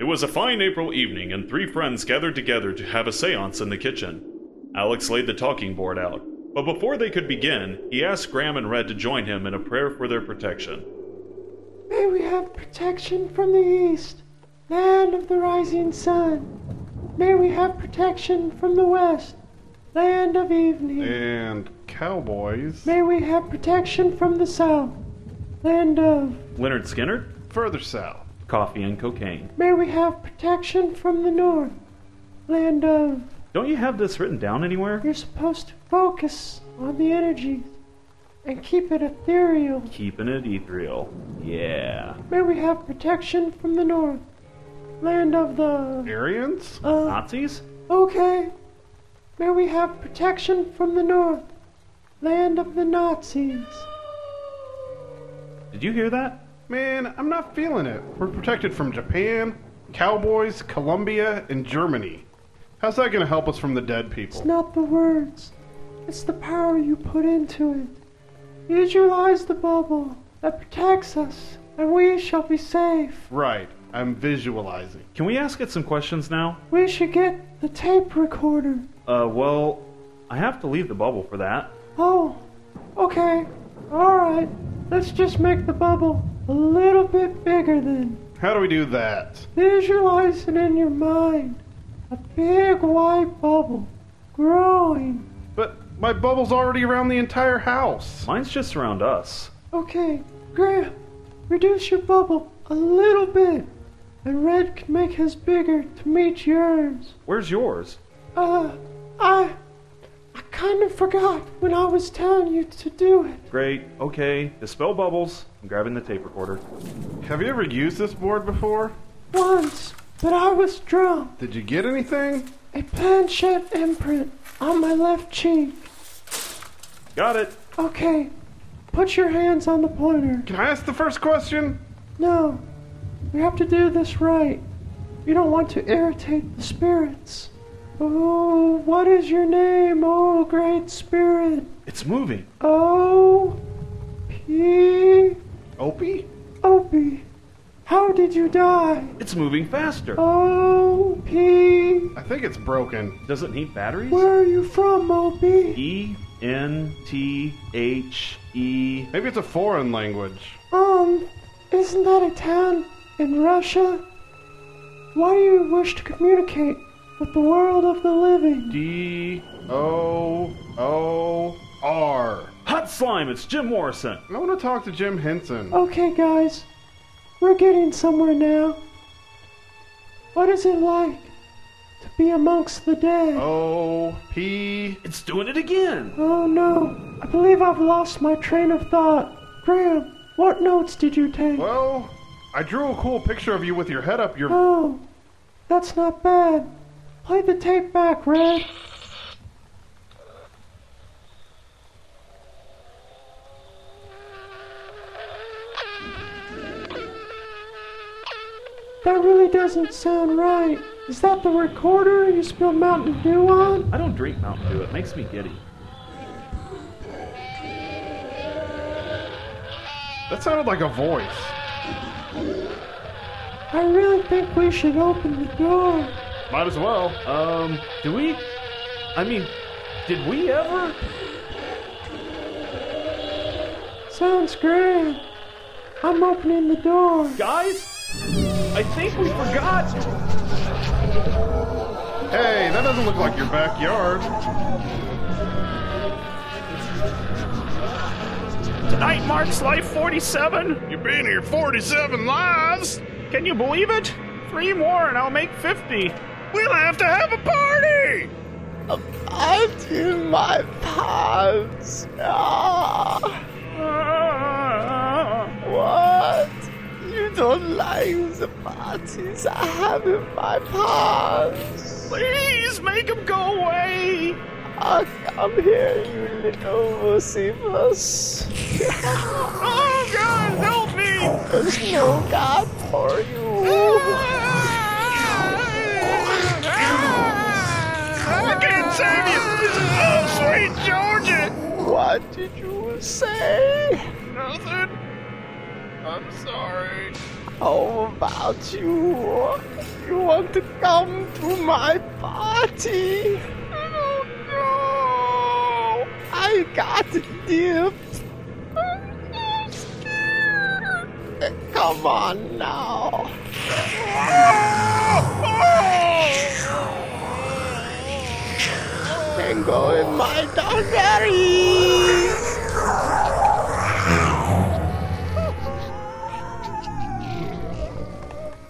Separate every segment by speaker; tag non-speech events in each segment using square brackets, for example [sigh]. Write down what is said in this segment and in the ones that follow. Speaker 1: was a fine April evening, and three friends gathered together to have a seance in the kitchen. Alex laid the talking board out, but before they could begin, he asked Graham and Red to join him in a prayer for their protection.
Speaker 2: May we have protection from the east, land of the rising sun. May we have protection from the west, land of evening.
Speaker 3: And cowboys.
Speaker 2: May we have protection from the south, land of.
Speaker 1: Leonard Skinner,
Speaker 3: Further south.
Speaker 1: coffee and cocaine.
Speaker 2: May we have protection from the north, land of.
Speaker 1: Don't you have this written down anywhere?
Speaker 2: You're supposed to focus on the energies and keep it ethereal.
Speaker 1: Keeping it ethereal. Yeah.
Speaker 2: May we have protection from the north, land of the.
Speaker 3: Aryans?
Speaker 2: Uh,
Speaker 1: Nazis?
Speaker 2: okay. May we have protection from the north, land of the Nazis.
Speaker 1: Did you hear that?
Speaker 3: Man, I'm not feeling it. We're protected from Japan, cowboys, Colombia, and Germany. How's that gonna help us from the dead
Speaker 2: It's
Speaker 3: people?
Speaker 2: not the words, it's the power you put into it. Visualize the bubble that protects us, and we shall be safe.
Speaker 3: Right, I'm visualizing.
Speaker 1: Can we ask it some questions now?
Speaker 2: We should get the tape recorder.
Speaker 1: Uh, well, I have to leave the bubble for that.
Speaker 2: Oh, okay. Alright. Let's just make the bubble a little bit bigger then.
Speaker 3: How do we do that?
Speaker 2: Visualize it in your mind. A big white bubble growing.
Speaker 3: But my bubble's already around the entire house.
Speaker 1: Mine's just around us.
Speaker 2: Okay, Graham, reduce your bubble a little bit. And Red can make his bigger to meet yours.
Speaker 1: Where's yours?
Speaker 2: Uh, I. I kind of forgot when I was telling you to do it.
Speaker 1: Great, okay. Dispel bubbles. I'm grabbing the tape recorder.
Speaker 3: Have you ever used this board before?
Speaker 2: Once, but I was drunk.
Speaker 3: Did you get anything?
Speaker 2: A planchette imprint on my left cheek.
Speaker 1: Got it.
Speaker 2: Okay, put your hands on the pointer.
Speaker 3: Can I ask the first question?
Speaker 2: No, we have to do this right. You don't want to irritate the spirits. Oh, what is your name, oh great spirit?
Speaker 1: It's moving.
Speaker 2: O P
Speaker 3: Opie?
Speaker 2: Opie. How did you die?
Speaker 1: It's moving faster.
Speaker 2: O P.
Speaker 3: I think it's broken.
Speaker 1: Does it need batteries?
Speaker 2: Where are you from, Opie?
Speaker 1: E N T H E.
Speaker 3: Maybe it's a foreign language.
Speaker 2: Um, isn't that a town in Russia? Why do you wish to communicate with the world of the living?
Speaker 3: D O O R.
Speaker 1: Hot slime, it's Jim Morrison.
Speaker 3: I want to talk to Jim Henson.
Speaker 2: Okay, guys, we're getting somewhere now. What is it like to be amongst the dead? Oh,
Speaker 3: O P.
Speaker 1: It's doing it again.
Speaker 2: no, I believe I've lost my train of thought. Graham, what notes did you take?
Speaker 3: Well, I drew a cool picture of you with your head up your.
Speaker 2: Oh, that's not bad. Play the tape back, Red. That really doesn't sound right. Is that the recorder you spilled Mountain Dew on?
Speaker 1: I don't drink Mountain Dew, it makes me giddy.
Speaker 3: That sounded like a voice.
Speaker 2: I really think we should open the door.
Speaker 3: Might as well.
Speaker 1: Um, do we? I mean, did we ever?
Speaker 2: Sounds great. I'm opening the door.
Speaker 1: Guys, I think we forgot.
Speaker 3: Hey, that doesn't look like your backyard.
Speaker 4: Tonight marks life 47.
Speaker 3: You've been here 47 lives.
Speaker 4: Can you believe it? Three more and I'll make 50. We'll have to have a party!
Speaker 5: in my pants. Ah,
Speaker 4: Ah.
Speaker 5: what? You don't like the parties I have in my pants.
Speaker 4: Please make them go away!
Speaker 5: Ah, come here, you little receivers.
Speaker 4: Oh, God, help me!
Speaker 5: There's no God for you.
Speaker 4: I can't save you! Oh, sweet Georgia!
Speaker 5: What did you say?
Speaker 4: Nothing. I'm sorry.
Speaker 5: How about you? You want to come to my party?
Speaker 4: I don't know.
Speaker 5: I got a gift.
Speaker 4: I'm so scared.
Speaker 5: Come on now. Tango in my dungarees.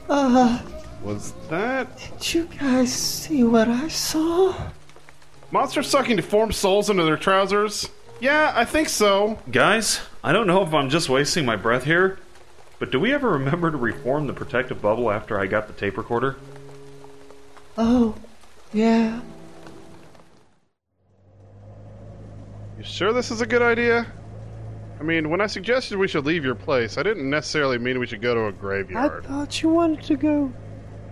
Speaker 3: Was that
Speaker 2: Uh, Did you guys see what I saw?
Speaker 3: monsters sucking deformed souls into their trousers? Yeah, I think so.
Speaker 1: Guys, I don't know if I'm just wasting my breath here, but do we ever remember to reform the protective bubble after I got the tape recorder?
Speaker 2: Oh, yeah.
Speaker 3: You sure this is a good idea? I mean, when I suggested we should leave your place, I didn't necessarily mean we should go to a
Speaker 2: I
Speaker 3: graveyard.
Speaker 2: thought you wanted to go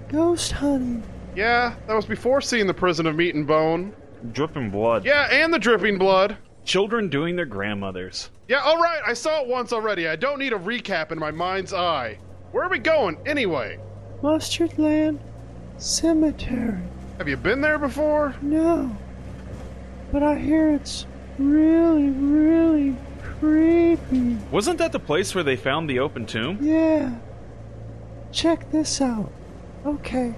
Speaker 2: ghost hunting.
Speaker 3: Yeah, that was before seeing the prison of meat and bone.
Speaker 1: Dripping blood.
Speaker 3: Yeah, and the dripping blood.
Speaker 1: Children doing their grandmothers.
Speaker 3: Yeah, all right, I saw it once already. I don't need a recap in my mind's eye. Where are we going anyway?
Speaker 2: Mustard Land Cemetery.
Speaker 3: Have you been there before?
Speaker 2: No. But I hear it's really, really creepy.
Speaker 1: Wasn't that the place where they found the open tomb?
Speaker 2: Yeah. Check this out. Okay.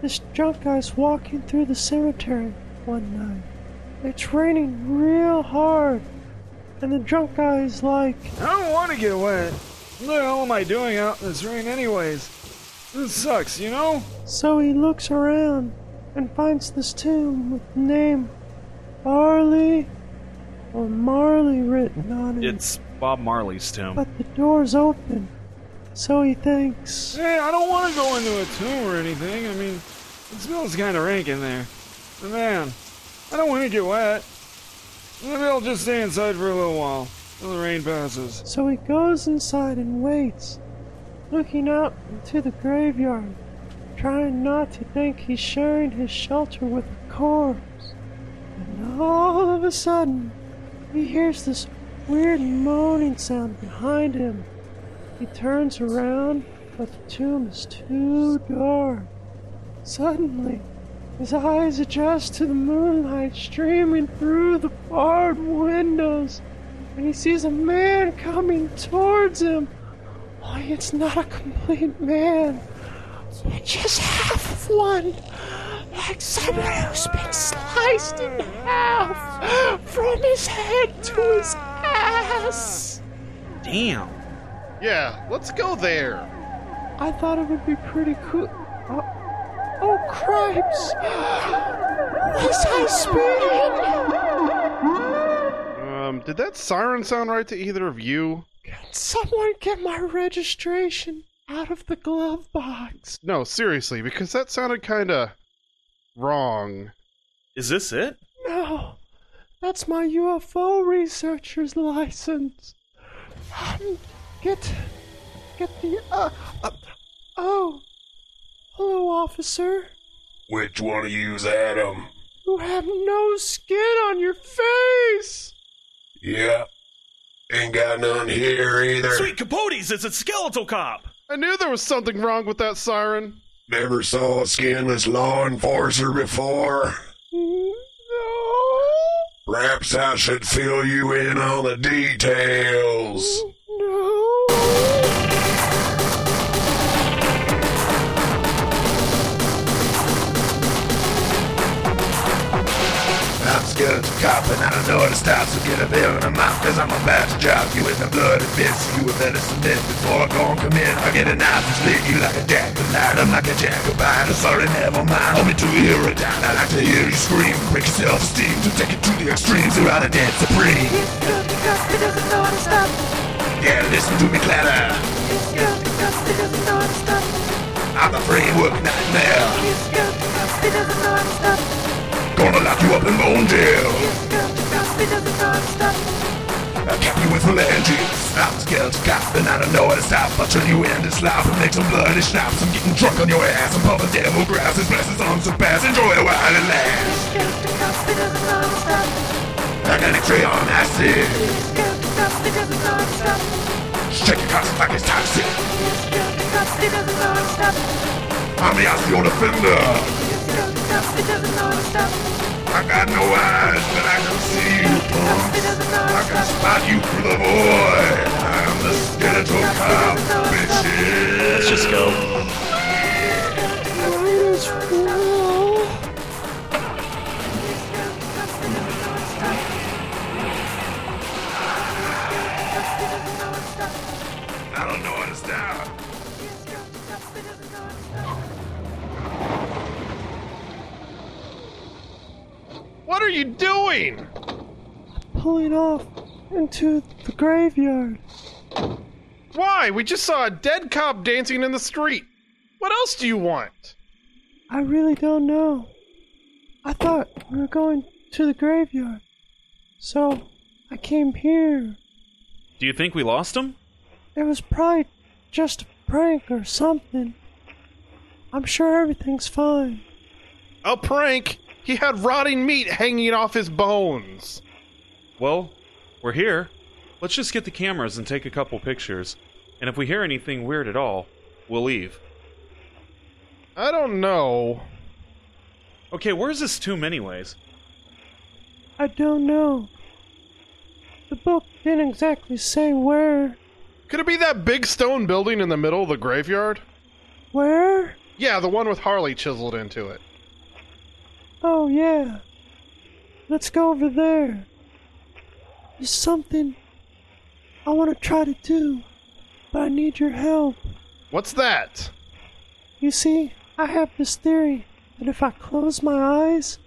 Speaker 2: This drunk guy's walking through the cemetery one night. It's raining real hard. And the drunk guy is like,
Speaker 6: I don't want to get wet. What the hell am I doing out in this rain, anyways? This sucks, you know?
Speaker 2: so he looks around and finds this tomb with the name Barley or Marley written on it.
Speaker 1: It's Bob Marley's tomb.
Speaker 2: But the door's open. So he thinks,
Speaker 6: Hey, I don't want to go into a tomb or anything. I mean, it smells kind of rank in there. But man, I don't want to get wet. Maybe I'll just stay inside for a little while till the rain passes.
Speaker 2: So he goes inside and waits, looking out into the graveyard, trying not to think he's sharing his shelter with a corpse. And all of a sudden, he hears this weird moaning sound behind him. He turns around, but the tomb is too dark. Suddenly, his eyes adjust to the moonlight streaming through the barred windows and he sees a man coming towards him. Only it's not a complete man, but just half of one. Like someone who's been sliced in half from his head to his ass.
Speaker 6: Damn.
Speaker 3: Yeah, let's go there.
Speaker 2: I thought it would be pretty cool. Oh, oh cripes! [gasps] Was I speeding?
Speaker 3: Um, did that siren sound right to either of you?
Speaker 2: Can someone get my registration out of the glove box?
Speaker 3: No, seriously, because that sounded kinda wrong.
Speaker 1: Is this it?
Speaker 2: No, that's my UFO researcher's license. Um, get, get the. Uh, uh, oh, hello, officer.
Speaker 7: Which one of you's Adam?
Speaker 2: You have no skin on your face.
Speaker 7: Yeah. Ain't got none here either.
Speaker 1: Sweet Capotes, it's a skeletal cop!
Speaker 3: I knew there was something wrong with that siren.
Speaker 7: Never saw a skinless law enforcer before.
Speaker 2: No,
Speaker 7: Perhaps I should fill you in on the details.
Speaker 2: no.
Speaker 7: I'm scared to cop and I don't know how to stop, so get a bit of a mouth, cause I'm about to drop you in the blood and bits. You would better submit before I go and commit. I get a knife and slit you like a jackknife. I'm like a jacobite, I'm sorry, never mind. Only to hear it down, I like to hear you scream. Break your self-esteem, to take it to the extremes, you're out of dead supreme. Yeah, listen to me clatter. I'm a framework nightmare. Gonna lock you up in bone jail. I cap you with phalanges. I'm scared to cop and I don't know how to stop. I turn you into slop and make some bloody schnapps. I'm getting drunk on your ass. I'm pumping devil grass. His bless is unsurpassed. Enjoy it while it lasts. I got a crayon acid. Shake your conscience like it's toxic. I'm the osteal defender. I got no eyes, but I can see you, punks. I can spot you through the void. I'm the skeletal cop, bitches.
Speaker 1: Let's just go.
Speaker 7: I don't know how to stop.
Speaker 4: What are you doing?
Speaker 2: pulling off into the graveyard.
Speaker 4: Why? We just saw a dead cop dancing in the street. What else do you want?
Speaker 2: I really don't know. I thought we were going to the graveyard. So I came here.
Speaker 1: Do you think we lost him?
Speaker 2: It was probably just a prank or something. I'm sure everything's fine.
Speaker 4: A prank? He had rotting meat hanging off his bones.
Speaker 1: Well, we're here. Let's just get the cameras and take a couple pictures. And if we hear anything weird at all, we'll leave.
Speaker 4: I don't know.
Speaker 1: Okay, where's this tomb, anyways?
Speaker 2: I don't know. The book didn't exactly say where.
Speaker 4: Could it be that big stone building in the middle of the graveyard?
Speaker 2: Where?
Speaker 4: Yeah, the one with Harley chiseled into it.
Speaker 2: Oh, yeah. Let's go over there. There's something I want to try to do, but I need your help.
Speaker 4: What's that?
Speaker 2: You see, I have this theory that if I close my eyes,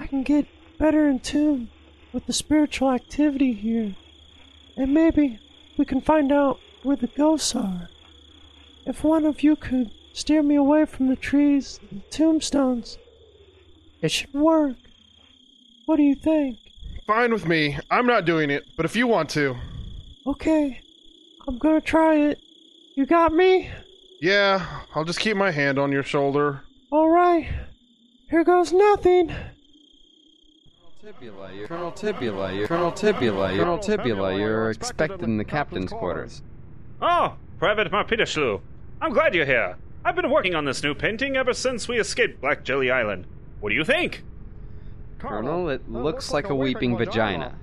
Speaker 2: I can get better in tune with the spiritual activity here. And maybe we can find out where the ghosts are. If one of you could steer me away from the trees and tombstones, it should work. What do you think?
Speaker 4: Fine with me. I'm not doing it, but if you want to.
Speaker 2: Okay, I'm gonna try it. You got me?
Speaker 4: Yeah, I'll just keep my hand on your shoulder.
Speaker 2: Alright, here goes nothing.
Speaker 8: Tibula, you're Colonel Tibula, you're Colonel Tibula, you're Colonel Tibula, you're expected in the captain's quarters.
Speaker 1: Oh, Private Marpitaslu. I'm glad you're here. I've been working on this new painting ever since we escaped Black Jelly Island. What do you think?
Speaker 8: Colonel, it looks like a weeping vagina.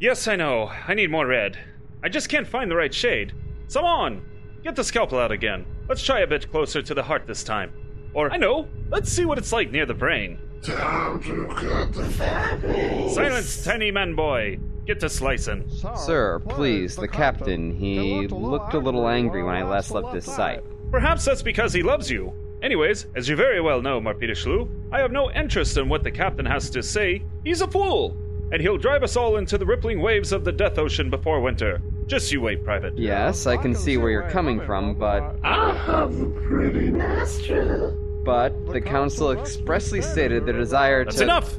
Speaker 1: Yes, I know. I need more red. I just can't find the right shade. Someone! Get the scalpel out again. Let's try a bit closer to the heart this time. Or, I know, let's see what it's like near the brain.
Speaker 7: Time to cut the
Speaker 1: Silence, tiny man boy! Get to slicing.
Speaker 8: Sir, please, the captain, he looked a little angry when I last left his sight.
Speaker 1: Perhaps that's because he loves you. Anyways, as you very well know, Marpitishlu, I have no interest in what the captain has to say. He's a fool! And he'll drive us all into the rippling waves of the Death Ocean before winter. Just you wait, Private.
Speaker 8: Yes, I can see where you're coming from, but.
Speaker 7: I have a pretty nostril.
Speaker 8: But the council expressly stated their desire to.
Speaker 1: That's enough!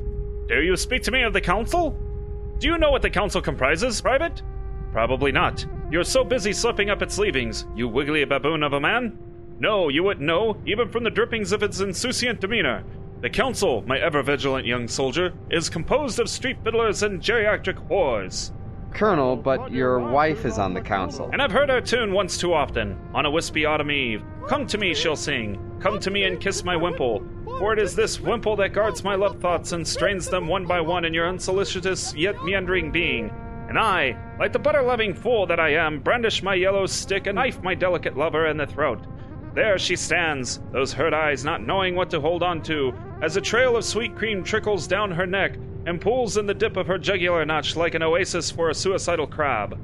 Speaker 1: Dare you speak to me of the Council? Do you know what the Council comprises, Private? Probably not. You're so busy slipping up its leavings, you wiggly baboon of a man. No, you wouldn't know, even from the drippings of its insouciant demeanor. The Council, my ever vigilant young soldier, is composed of street fiddlers and geriatric whores.
Speaker 8: Colonel, but your wife is on the council.
Speaker 1: And I've heard her tune once too often, on a wispy autumn eve. Come to me, she'll sing. Come to me and kiss my wimple. For it is this wimple that guards my love thoughts and strains them one by one in your unsolicitous yet meandering being. And I, like the butter loving fool that I am, brandish my yellow stick and knife my delicate lover in the throat. There she stands, those hurt eyes not knowing what to hold on to, as a trail of sweet cream trickles down her neck and pools in the dip of her jugular notch like an oasis for a suicidal crab.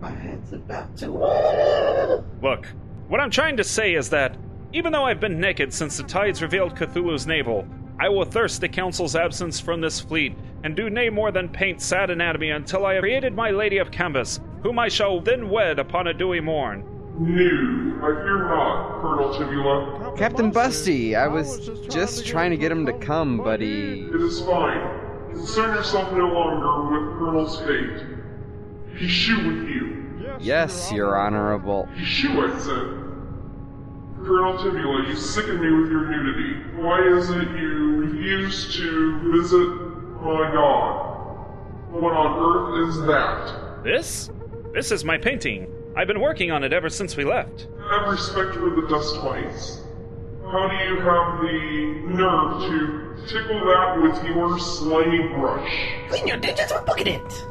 Speaker 7: My head's about to water.
Speaker 1: Look, what I'm trying to say is that, even though I've been naked since the tides revealed Cthulhu's navel, I will thirst the Council's absence from this fleet, and do nay more than paint sad anatomy until I have created my Lady of Canvas, whom I shall then wed upon a dewy morn.
Speaker 9: No, I fear not, Colonel Tibula.
Speaker 8: Captain Busty, I was just trying to get him to come, but he.
Speaker 9: It is fine. Concern yourself no longer with Colonel's fate. He shoe with you.
Speaker 8: Yes, Your Honorable.
Speaker 9: He shoe, I said. Colonel Tibula, you sicken me with your nudity. Why is it you refuse to visit my god? What on earth is that?
Speaker 1: This? This is my painting. I've been working on it ever since we left.
Speaker 9: Have respect for the dust mites. How do you have the nerve to tickle that with your slimy brush?
Speaker 10: Clean your digits or bucket it!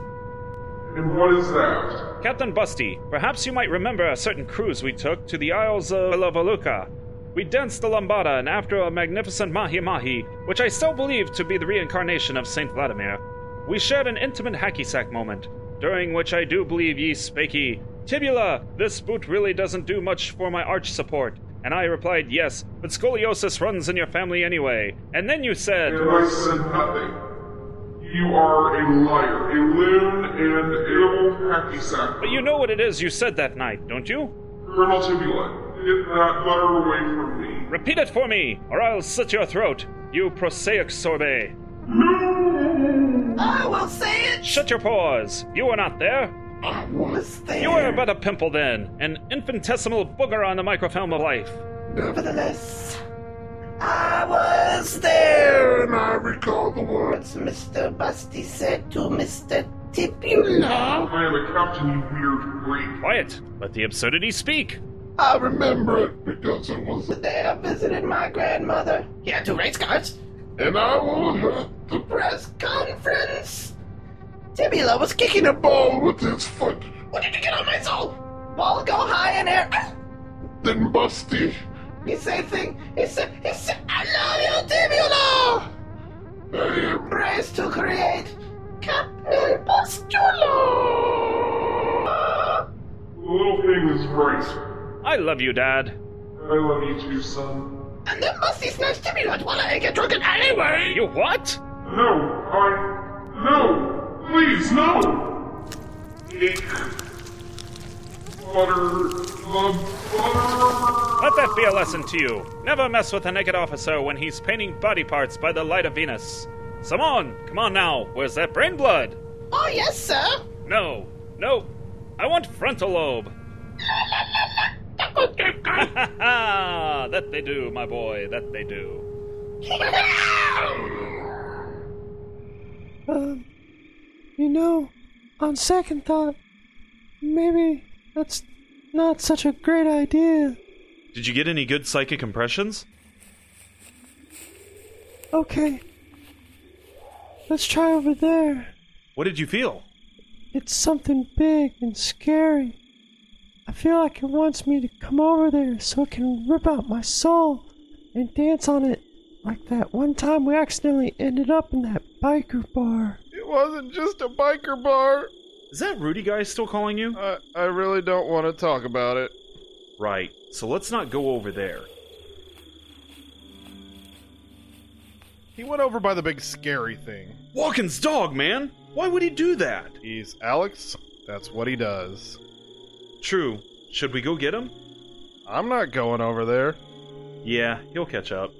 Speaker 9: And what is that?
Speaker 1: Captain Busty, perhaps you might remember a certain cruise we took to the Isles of Lavaluca. We danced a lambada and after a magnificent mahi mahi, which I still believe to be the reincarnation of Saint Vladimir, we shared an intimate hacky sack moment, during which I do believe ye spake ye, Tibula, this boot really doesn't do much for my arch support. And I replied, yes, but scoliosis runs in your family anyway. And then you said,
Speaker 9: And I said "Uh, nothing. You are a liar, a loon, and a little hacky sack.
Speaker 1: but you know what it is you said that night, don't you?
Speaker 9: Colonel Tibula, get that letter Uh, away from me.
Speaker 1: Repeat it for me, or I'll slit your throat, you prosaic sorbet.
Speaker 10: I will say it!
Speaker 1: Shut your paws. You were not there.
Speaker 10: I was there.
Speaker 1: You were but a pimple then, an infinitesimal booger on the microfilm of life.
Speaker 10: Nevertheless, I was there.
Speaker 7: And I recall the words.
Speaker 10: As Mr. Busty said to Mr. Tipula,
Speaker 9: I am a captain, you weird freak.
Speaker 1: Quiet. Let the absurdity speak.
Speaker 7: I remember it because it was.
Speaker 10: the day I visited my grandmother. Yeah, two race cards.
Speaker 7: And I will hurt the
Speaker 10: Press conference. Tibula was kicking a ball.
Speaker 7: ball with his foot.
Speaker 10: What did you get on my soul? Ball go high in air. Ah!
Speaker 7: Then Busty.
Speaker 10: He said thing. He said, he said, I love you, Tibula.
Speaker 7: Hey,
Speaker 10: Race Mm, to create mm, Captain Postula.
Speaker 9: The little thing is right.
Speaker 1: I love you, Dad.
Speaker 9: I love you too, son.
Speaker 10: And then Musty snatched Tibula while I get drunk anyway.
Speaker 1: You what?
Speaker 9: No, I. No! Please, no! Ick. Butter. Love. Butter.
Speaker 1: Let that be a lesson to you. Never mess with a naked officer when he's painting body parts by the light of Venus. Simone, come on now. Where's that brain blood?
Speaker 10: Oh yes, sir.
Speaker 1: No, no. I want frontal lobe. [laughs] Ha ha! That they do, my boy. That they do.
Speaker 2: Um, you know, on second thought, maybe that's not such a great idea.
Speaker 1: Did you get any good psychic impressions?
Speaker 2: Okay. Let's try over there.
Speaker 1: What did you feel?
Speaker 2: It's something big and scary. I feel like it wants me to come over there so it can rip out my soul and dance on it like that one time we accidentally ended up in that biker bar.
Speaker 6: It wasn't just a biker bar.
Speaker 1: Is that Rudy guy still calling you?
Speaker 4: Uh,
Speaker 6: I, I really don't want to talk about it.
Speaker 1: Right, so let's not go over there.
Speaker 3: He went over by the big scary thing.
Speaker 1: Walken's dog, man! Why would he do that?
Speaker 3: He's Alex. That's what he does.
Speaker 1: True. Should we go get him?
Speaker 3: I'm not going over there.
Speaker 1: Yeah, he'll catch up.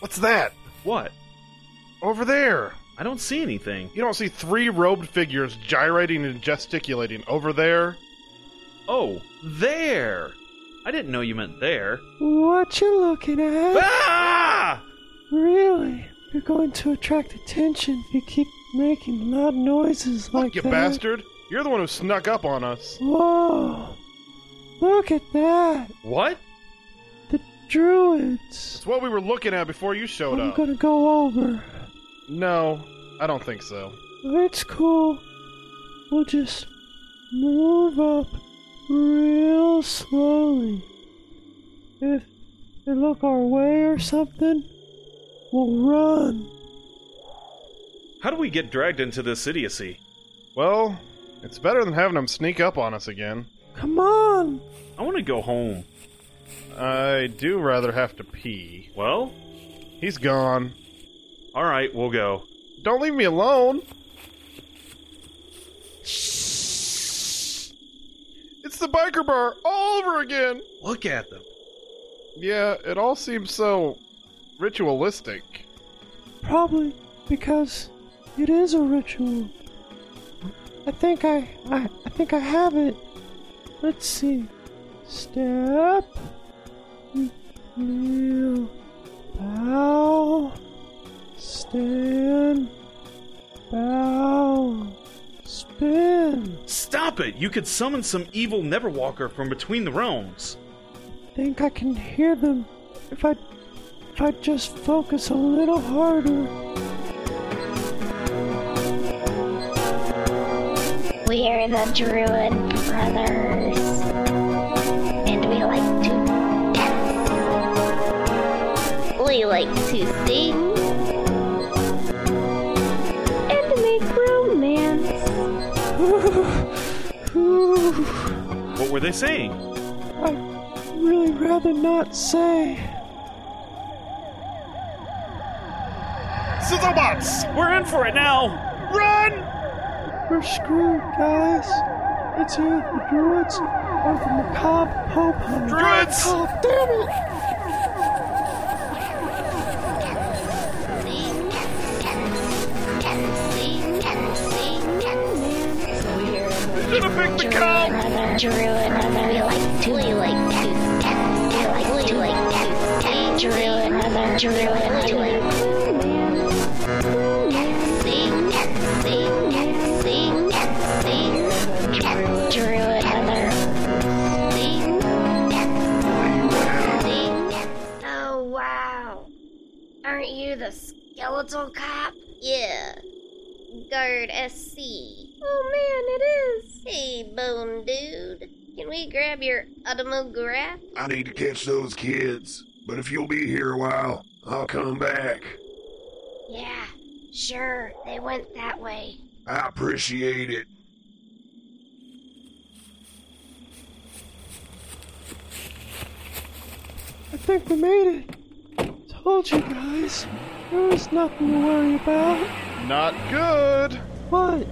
Speaker 3: What's that?
Speaker 1: What?
Speaker 3: Over there.
Speaker 1: I don't see anything.
Speaker 3: You don't see three robed figures gyrating and gesticulating over there?
Speaker 1: Oh, there! I didn't know you meant there.
Speaker 2: What you looking at?
Speaker 1: Ah!
Speaker 2: Really? You're going to attract attention if you keep making loud noises like
Speaker 3: you
Speaker 2: that.
Speaker 3: bastard. You're the one who snuck up on us.
Speaker 2: [gasps] Whoa! Look at that!
Speaker 1: What?
Speaker 2: The druids.
Speaker 3: It's what we were looking at before you showed
Speaker 2: I'm
Speaker 3: up.
Speaker 2: gonna go over.
Speaker 3: No, I don't think so.
Speaker 2: That's cool. We'll just move up real slowly. If they look our way or something, we'll run.
Speaker 1: How do we get dragged into this idiocy?
Speaker 3: Well, it's better than having them sneak up on us again.
Speaker 2: Come on!
Speaker 1: I want to go home.
Speaker 3: I do rather have to pee.
Speaker 1: Well,
Speaker 3: He's gone.
Speaker 1: alright, we'll go.
Speaker 3: Don't leave me alone. It's the biker bar all over again.
Speaker 1: Look at them.
Speaker 3: Yeah, it all seems so ritualistic.
Speaker 2: Probably because it is a ritual. I think I, I, I think I have it. Let's see. Step. Kneel. Bow. Stand. Bow. Spin.
Speaker 1: Stop it! You could summon some evil Neverwalker from between the realms.
Speaker 2: Think I can hear them if I if I just focus a little harder.
Speaker 11: We're the Druid Brothers. And we like to dance. We like to sing. And make [laughs] romance.
Speaker 1: What were they saying?
Speaker 2: I'd really rather not say.
Speaker 1: Sizzlebots! We're in for it now! Run!
Speaker 2: We're screwed, guys. It's either the druids or the macabre hope.
Speaker 1: Druids!
Speaker 2: God damn it!
Speaker 11: Gonna pick the cow. Brother, druid, brother, we like to, we like to, dance, we like to, like dance, dance. Druid, brother, druid, we like Oh wow! Aren't you the skeletal cop? Yeah. Guard SC. Oh man, it is. Hey, bone dude. Can we grab your automograph?
Speaker 7: I need to catch those kids, but if you'll be here a while, I'll come back.
Speaker 11: Yeah, sure. They went that way.
Speaker 7: I appreciate it.
Speaker 2: I think we made it. Told you guys, there was nothing to worry about.
Speaker 3: Not good.
Speaker 2: What?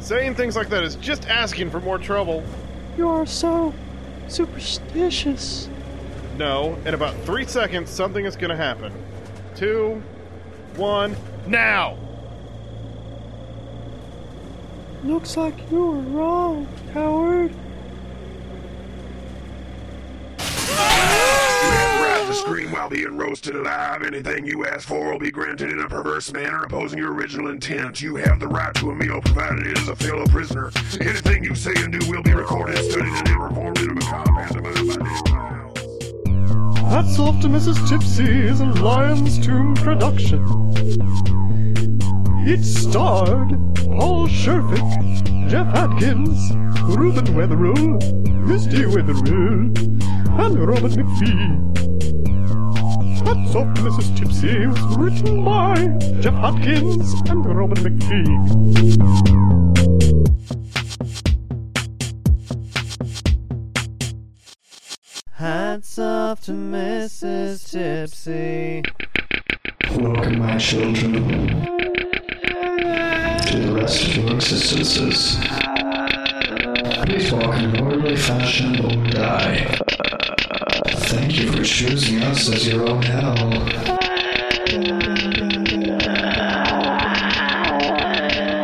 Speaker 3: Saying things like that is just asking for more trouble.
Speaker 2: You are so superstitious.
Speaker 3: No, in about three seconds, something is gonna happen. Two, one, now!
Speaker 2: Looks like you were wrong, coward.
Speaker 7: Rise to scream while being roasted alive. Anything you ask for will be granted in a perverse manner opposing your original intent. You have the right to a meal provided it is a fellow prisoner. Anything you say and do will be recorded, studied, and then performed in a macabre pantomime by Dave Miles.
Speaker 2: Hats off to Mrs. Tipsy's Lion's Tomb production.
Speaker 12: It starred Paul Shervick, Jeff Atkins, Reuben Weatherill, Misty Weatherill, and Robin McPhee. Hats off to Mrs. Tipsy was written by Jeff Atkins and Robin McPhee.
Speaker 13: Hats off to Mrs. Tipsy.
Speaker 14: Welcome, my children, to the rest of your existences. Please walk in an orderly fashion or die. Thank you for choosing us as your own hell. Here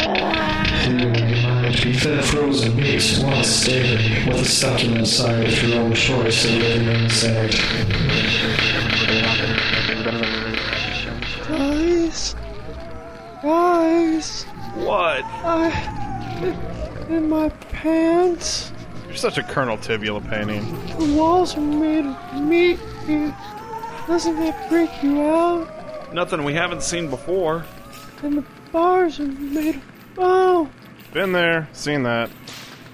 Speaker 14: you might be fed frozen meats, once savory, with a succulent side of your own choice of living insect.
Speaker 2: Guys, guys,
Speaker 3: What?
Speaker 2: I in my pants.
Speaker 3: You're such a Colonel Tibula painting.
Speaker 2: The walls are made of meat. You- Doesn't that freak you out?
Speaker 1: Nothing we haven't seen before.
Speaker 2: And the bars are made of bone.
Speaker 3: Been there, seen that.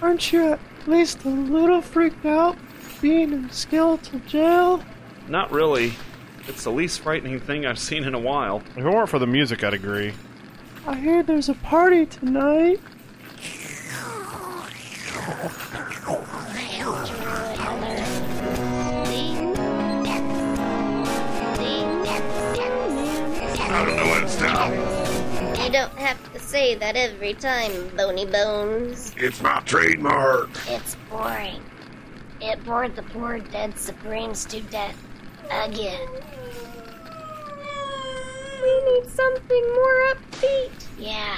Speaker 2: Aren't you at least a little freaked out being in skeletal jail?
Speaker 1: Not really. It's the least frightening thing I've seen in a while.
Speaker 3: If it weren't for the music, I'd agree.
Speaker 2: I hear there's a party tonight.
Speaker 7: I don't know when to stop.
Speaker 11: You don't have to say that every time, Bony Bones.
Speaker 7: It's my trademark.
Speaker 11: It's boring. It bored the poor dead Supremes to death. Again. We need something more upbeat. Yeah.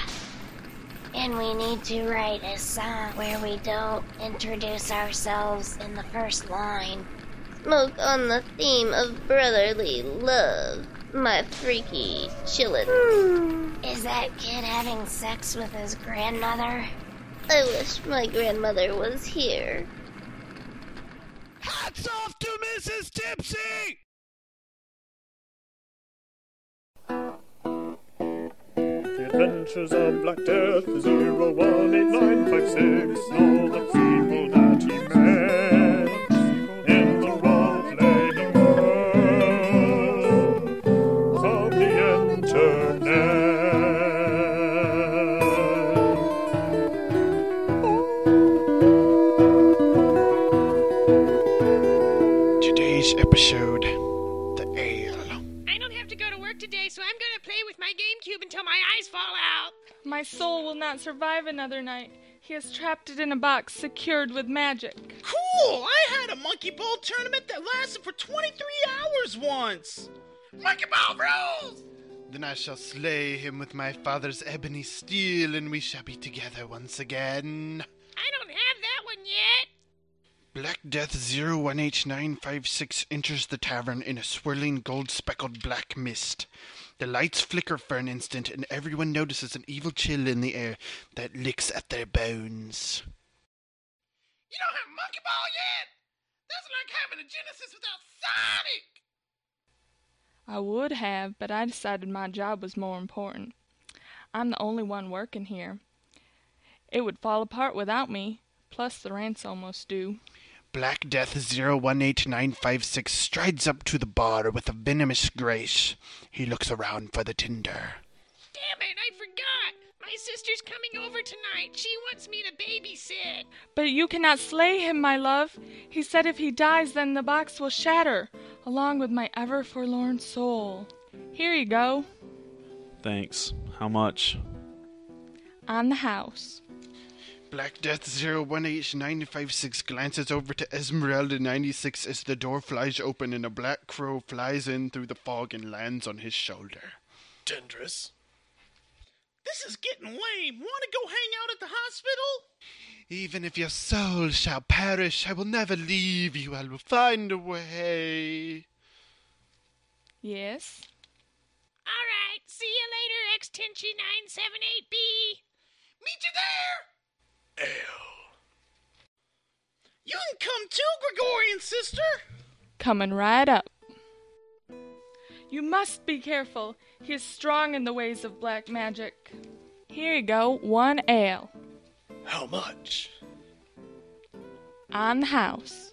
Speaker 11: And we need to write a song where we don't introduce ourselves in the first line. Smoke on the theme of brotherly love. my freaky chillin'. Is that kid having sex with his grandmother? I wish my grandmother was here. Hats off to E! Mrs. Tipsy!
Speaker 15: The Adventures of Black Death 018956 and all the people that he met in the role-playing world of the internet.
Speaker 16: Today's episode The Ale.
Speaker 17: I don't have to go to work today, so I'm gonna play with my GameCube until my eyes fall out.
Speaker 18: My soul will not survive another night. He has trapped it in a box secured with magic.
Speaker 19: Cool! I had a monkey ball tournament that lasted for 23 hours once! Monkey ball rules!
Speaker 16: Then I shall slay him with my father's ebony steel, and we shall be together once again.
Speaker 17: I don't have that one yet.
Speaker 16: Black Death 01H956 enters the tavern in a swirling gold speckled black mist. The lights flicker for an instant, and everyone notices an evil chill in the air that licks at their bones.
Speaker 10: You don't have monkey ball yet? That's like having a Genesis without Sonic!
Speaker 18: I would have, but I decided my job was more important. I'm the only one working here. It would fall apart without me, plus the rent's almost due.
Speaker 16: Black Death 018956 strides up to the bar with a venomous grace. He looks around for the tinder.
Speaker 17: Damn it, I forgot! My sister's coming over tonight. She wants me to babysit.
Speaker 18: But you cannot slay him, my love. He said if he dies, then the box will shatter, along with my ever forlorn soul. Here you go,
Speaker 1: Thanks. How much?
Speaker 18: on the house.
Speaker 16: Black Death 018956 glances over to Esmeralda 96 as the door flies open and a black crow flies in through the fog and lands on his shoulder.
Speaker 19: Dendris. This is getting lame. Want to go hang out at the hospital?
Speaker 16: Even if your soul shall perish, I will never leave you. I will find a way.
Speaker 18: Yes?
Speaker 17: Alright, see you later, Extension 978B. Meet you there!
Speaker 19: You can come too, Gregorian sister!
Speaker 18: Coming right up. You must be careful. He is strong in the ways of black magic. Here you go, one ale.
Speaker 16: How much?
Speaker 18: On the house.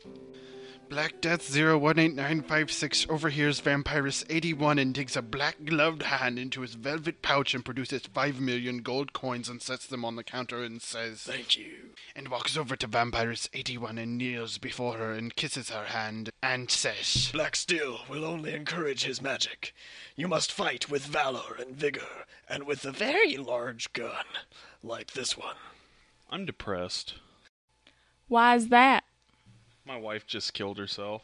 Speaker 16: Black Death 018956 overhears Vampirus 81 and digs a black gloved hand into his velvet pouch and produces 5 million gold coins and sets them on the counter and says, Thank you. And walks over to Vampirus 81 and kneels before her and kisses her hand and says,
Speaker 20: Black Steel will only encourage his magic. You must fight with valor and vigor, and with a very large gun, like this one.
Speaker 21: I'm depressed.
Speaker 18: Why's that?
Speaker 21: My wife just killed herself.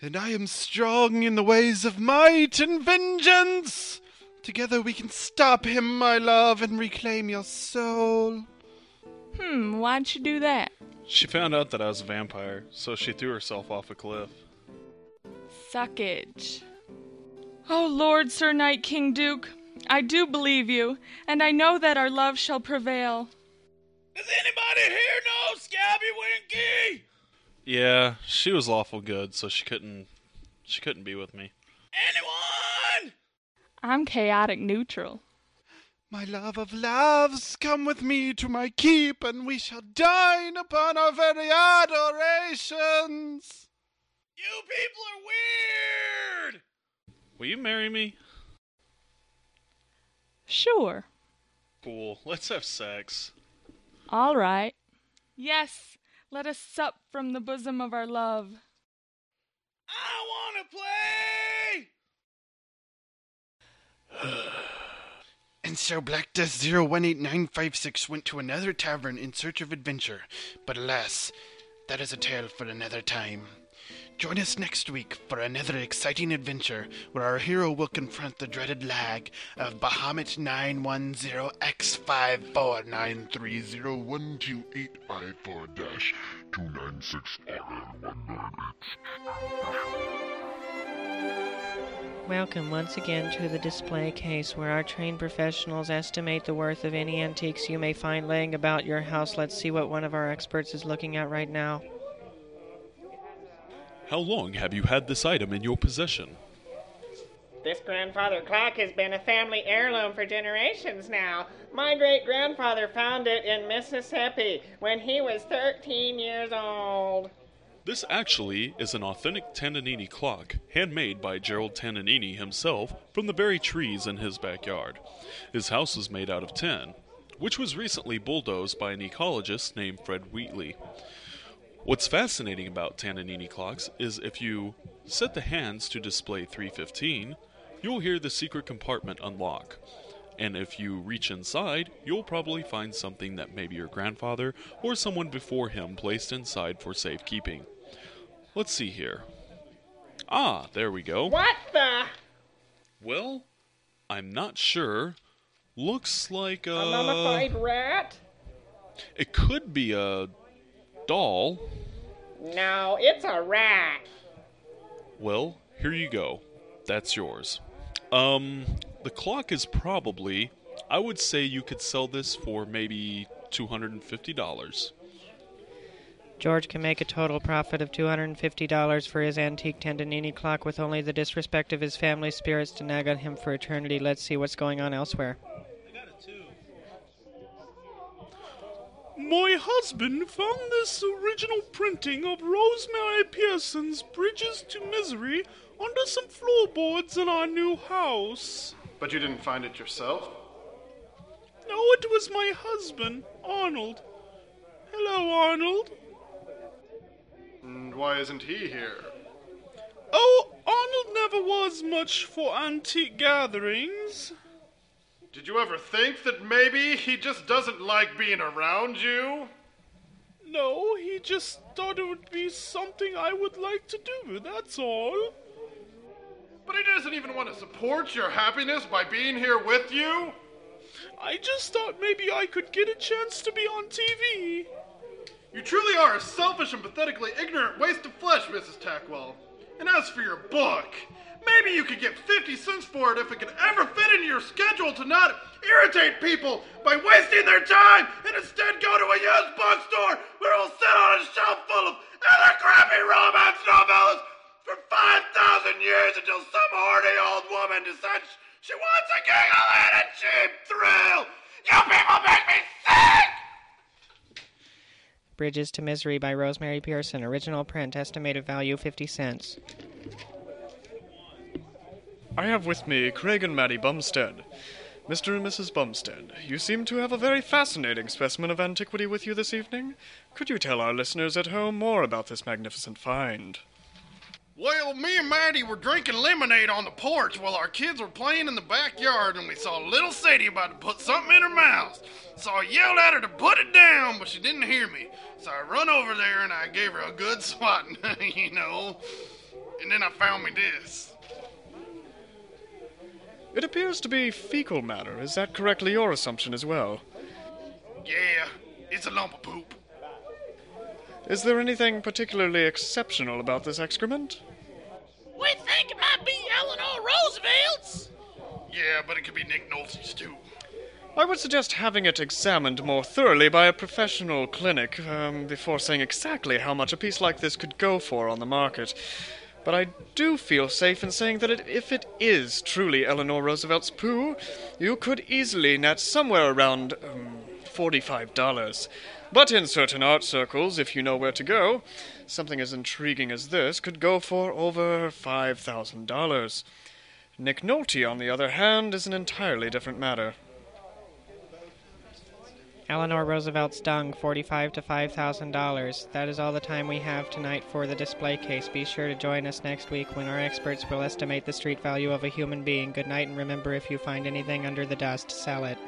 Speaker 16: And I am strong in the ways of might and vengeance! Together we can stop him, my love, and reclaim your soul.
Speaker 18: Hmm, why'd you do that?
Speaker 21: She found out that I was a vampire, so she threw herself off a cliff.
Speaker 18: Suckage. Oh Lord, Sir Knight King Duke, I do believe you, and I know that our love shall prevail.
Speaker 19: Does anybody here know Scabby Winky?
Speaker 21: Yeah, she was lawful good, so she couldn't she couldn't be with me.
Speaker 18: I'm chaotic neutral.
Speaker 16: My love of loves, come with me to my keep, and we shall dine upon our very adorations!
Speaker 19: You people are weird!
Speaker 21: Will you marry me?
Speaker 18: Sure.
Speaker 21: Cool. Let's have sex.
Speaker 18: All right. Yes, let us sup from the bosom of our love.
Speaker 19: I want to play!
Speaker 16: And so Black Death 018956 went to another tavern in search of adventure, but alas, that is a tale for another time. Join us next week for another exciting adventure where our hero will confront the dreaded lag of Bahamut 910X5493012854
Speaker 10: 296 rn 19
Speaker 5: Welcome once again to the display case where our trained professionals estimate the worth of any antiques you may find laying about your house. Let's see what one of our experts is looking at right now.
Speaker 21: How long have you had this item in your possession?
Speaker 22: This grandfather clock has been a family heirloom for generations now. My great grandfather found it in Mississippi when he was 13 years old.
Speaker 21: This actually is an authentic Tannanini clock, handmade by Gerald Tannanini himself from the very trees in his backyard. His house is made out of tin, which was recently bulldozed by an ecologist named Fred Wheatley. What's fascinating about Tannanini clocks is if you set the hands to display 315, you'll hear the secret compartment unlock. And if you reach inside, you'll probably find something that maybe your grandfather or someone before him placed inside for safekeeping. Let's see here. Ah, there we go.
Speaker 22: What the?
Speaker 21: Well, I'm not sure. Looks like
Speaker 22: A mummified
Speaker 21: a.
Speaker 22: rat?
Speaker 21: It could be a doll.
Speaker 22: No, it's a rat.
Speaker 21: Well, here you go. That's yours. Um, the clock is probably. I would say you could sell this for maybe $250.
Speaker 5: George can make a total profit of $250 for his antique Tandonini clock with only the disrespect of his family spirits to nag on him for eternity. Let's see what's going on elsewhere.
Speaker 23: My husband found this original printing of Rosemary Pearson's Bridges to Misery under some floorboards in our new house.
Speaker 3: But you didn't find it yourself?
Speaker 23: No, it was my husband, Arnold. Hello, Arnold.
Speaker 3: And why isn't he here?
Speaker 23: Oh, Arnold never was much for antique gatherings.
Speaker 3: Did you ever think that maybe he just doesn't like being around you?
Speaker 23: No, he just thought it would be something I would like to do, that's all.
Speaker 3: But he doesn't even want to support your happiness by being here with you?
Speaker 23: I just thought maybe I could get a chance to be on TV.
Speaker 3: You truly are a selfish and pathetically ignorant waste of flesh, Mrs. Tackwell. And as for your book, maybe you could get 50 cents for it if it could ever fit into your schedule to not irritate people by wasting their time and instead go to a used bookstore where it will sit on a shelf full of other crappy romance novellas for 5,000 years until some horny old woman decides she wants a giggle and a cheap thrill. You people make me sick!
Speaker 5: Bridges to Misery by Rosemary Pearson, original print, estimated value 50 cents.
Speaker 20: I have with me Craig and Maddie Bumstead. Mr. and Mrs. Bumstead, you seem to have a very fascinating specimen of antiquity with you this evening. Could you tell our listeners at home more about this magnificent find?
Speaker 3: Well, me and Maddie were drinking lemonade on the porch while our kids were playing in the backyard, and we saw little Sadie about to put something in her mouth. So I yelled at her to put it down, but she didn't hear me. So I run over there and I gave her a good [laughs] swatting, you know. And then I found me this.
Speaker 20: It appears to be fecal matter. Is that correctly your assumption as well?
Speaker 3: Yeah, it's a lump of poop.
Speaker 20: Is there anything particularly exceptional about this excrement?
Speaker 22: We think it might be Eleanor Roosevelt's.
Speaker 3: Yeah, but it could be Nick Nolte's too.
Speaker 20: I would suggest having it examined more thoroughly by a professional clinic um, before saying exactly how much a piece like this could go for on the market. But I do feel safe in saying that it, if it is truly Eleanor Roosevelt's poo, you could easily net somewhere around um, $45. But in certain art circles, if you know where to go, something as intriguing as this could go for over $5,000. Nick Nolte, on the other hand, is an entirely different matter.
Speaker 5: Eleanor Roosevelt's dung, forty-five to five thousand dollars. That is all the time we have tonight for the display case. Be sure to join us next week when our experts will estimate the street value of a human being. Good night, and remember, if you find anything under the dust, sell it.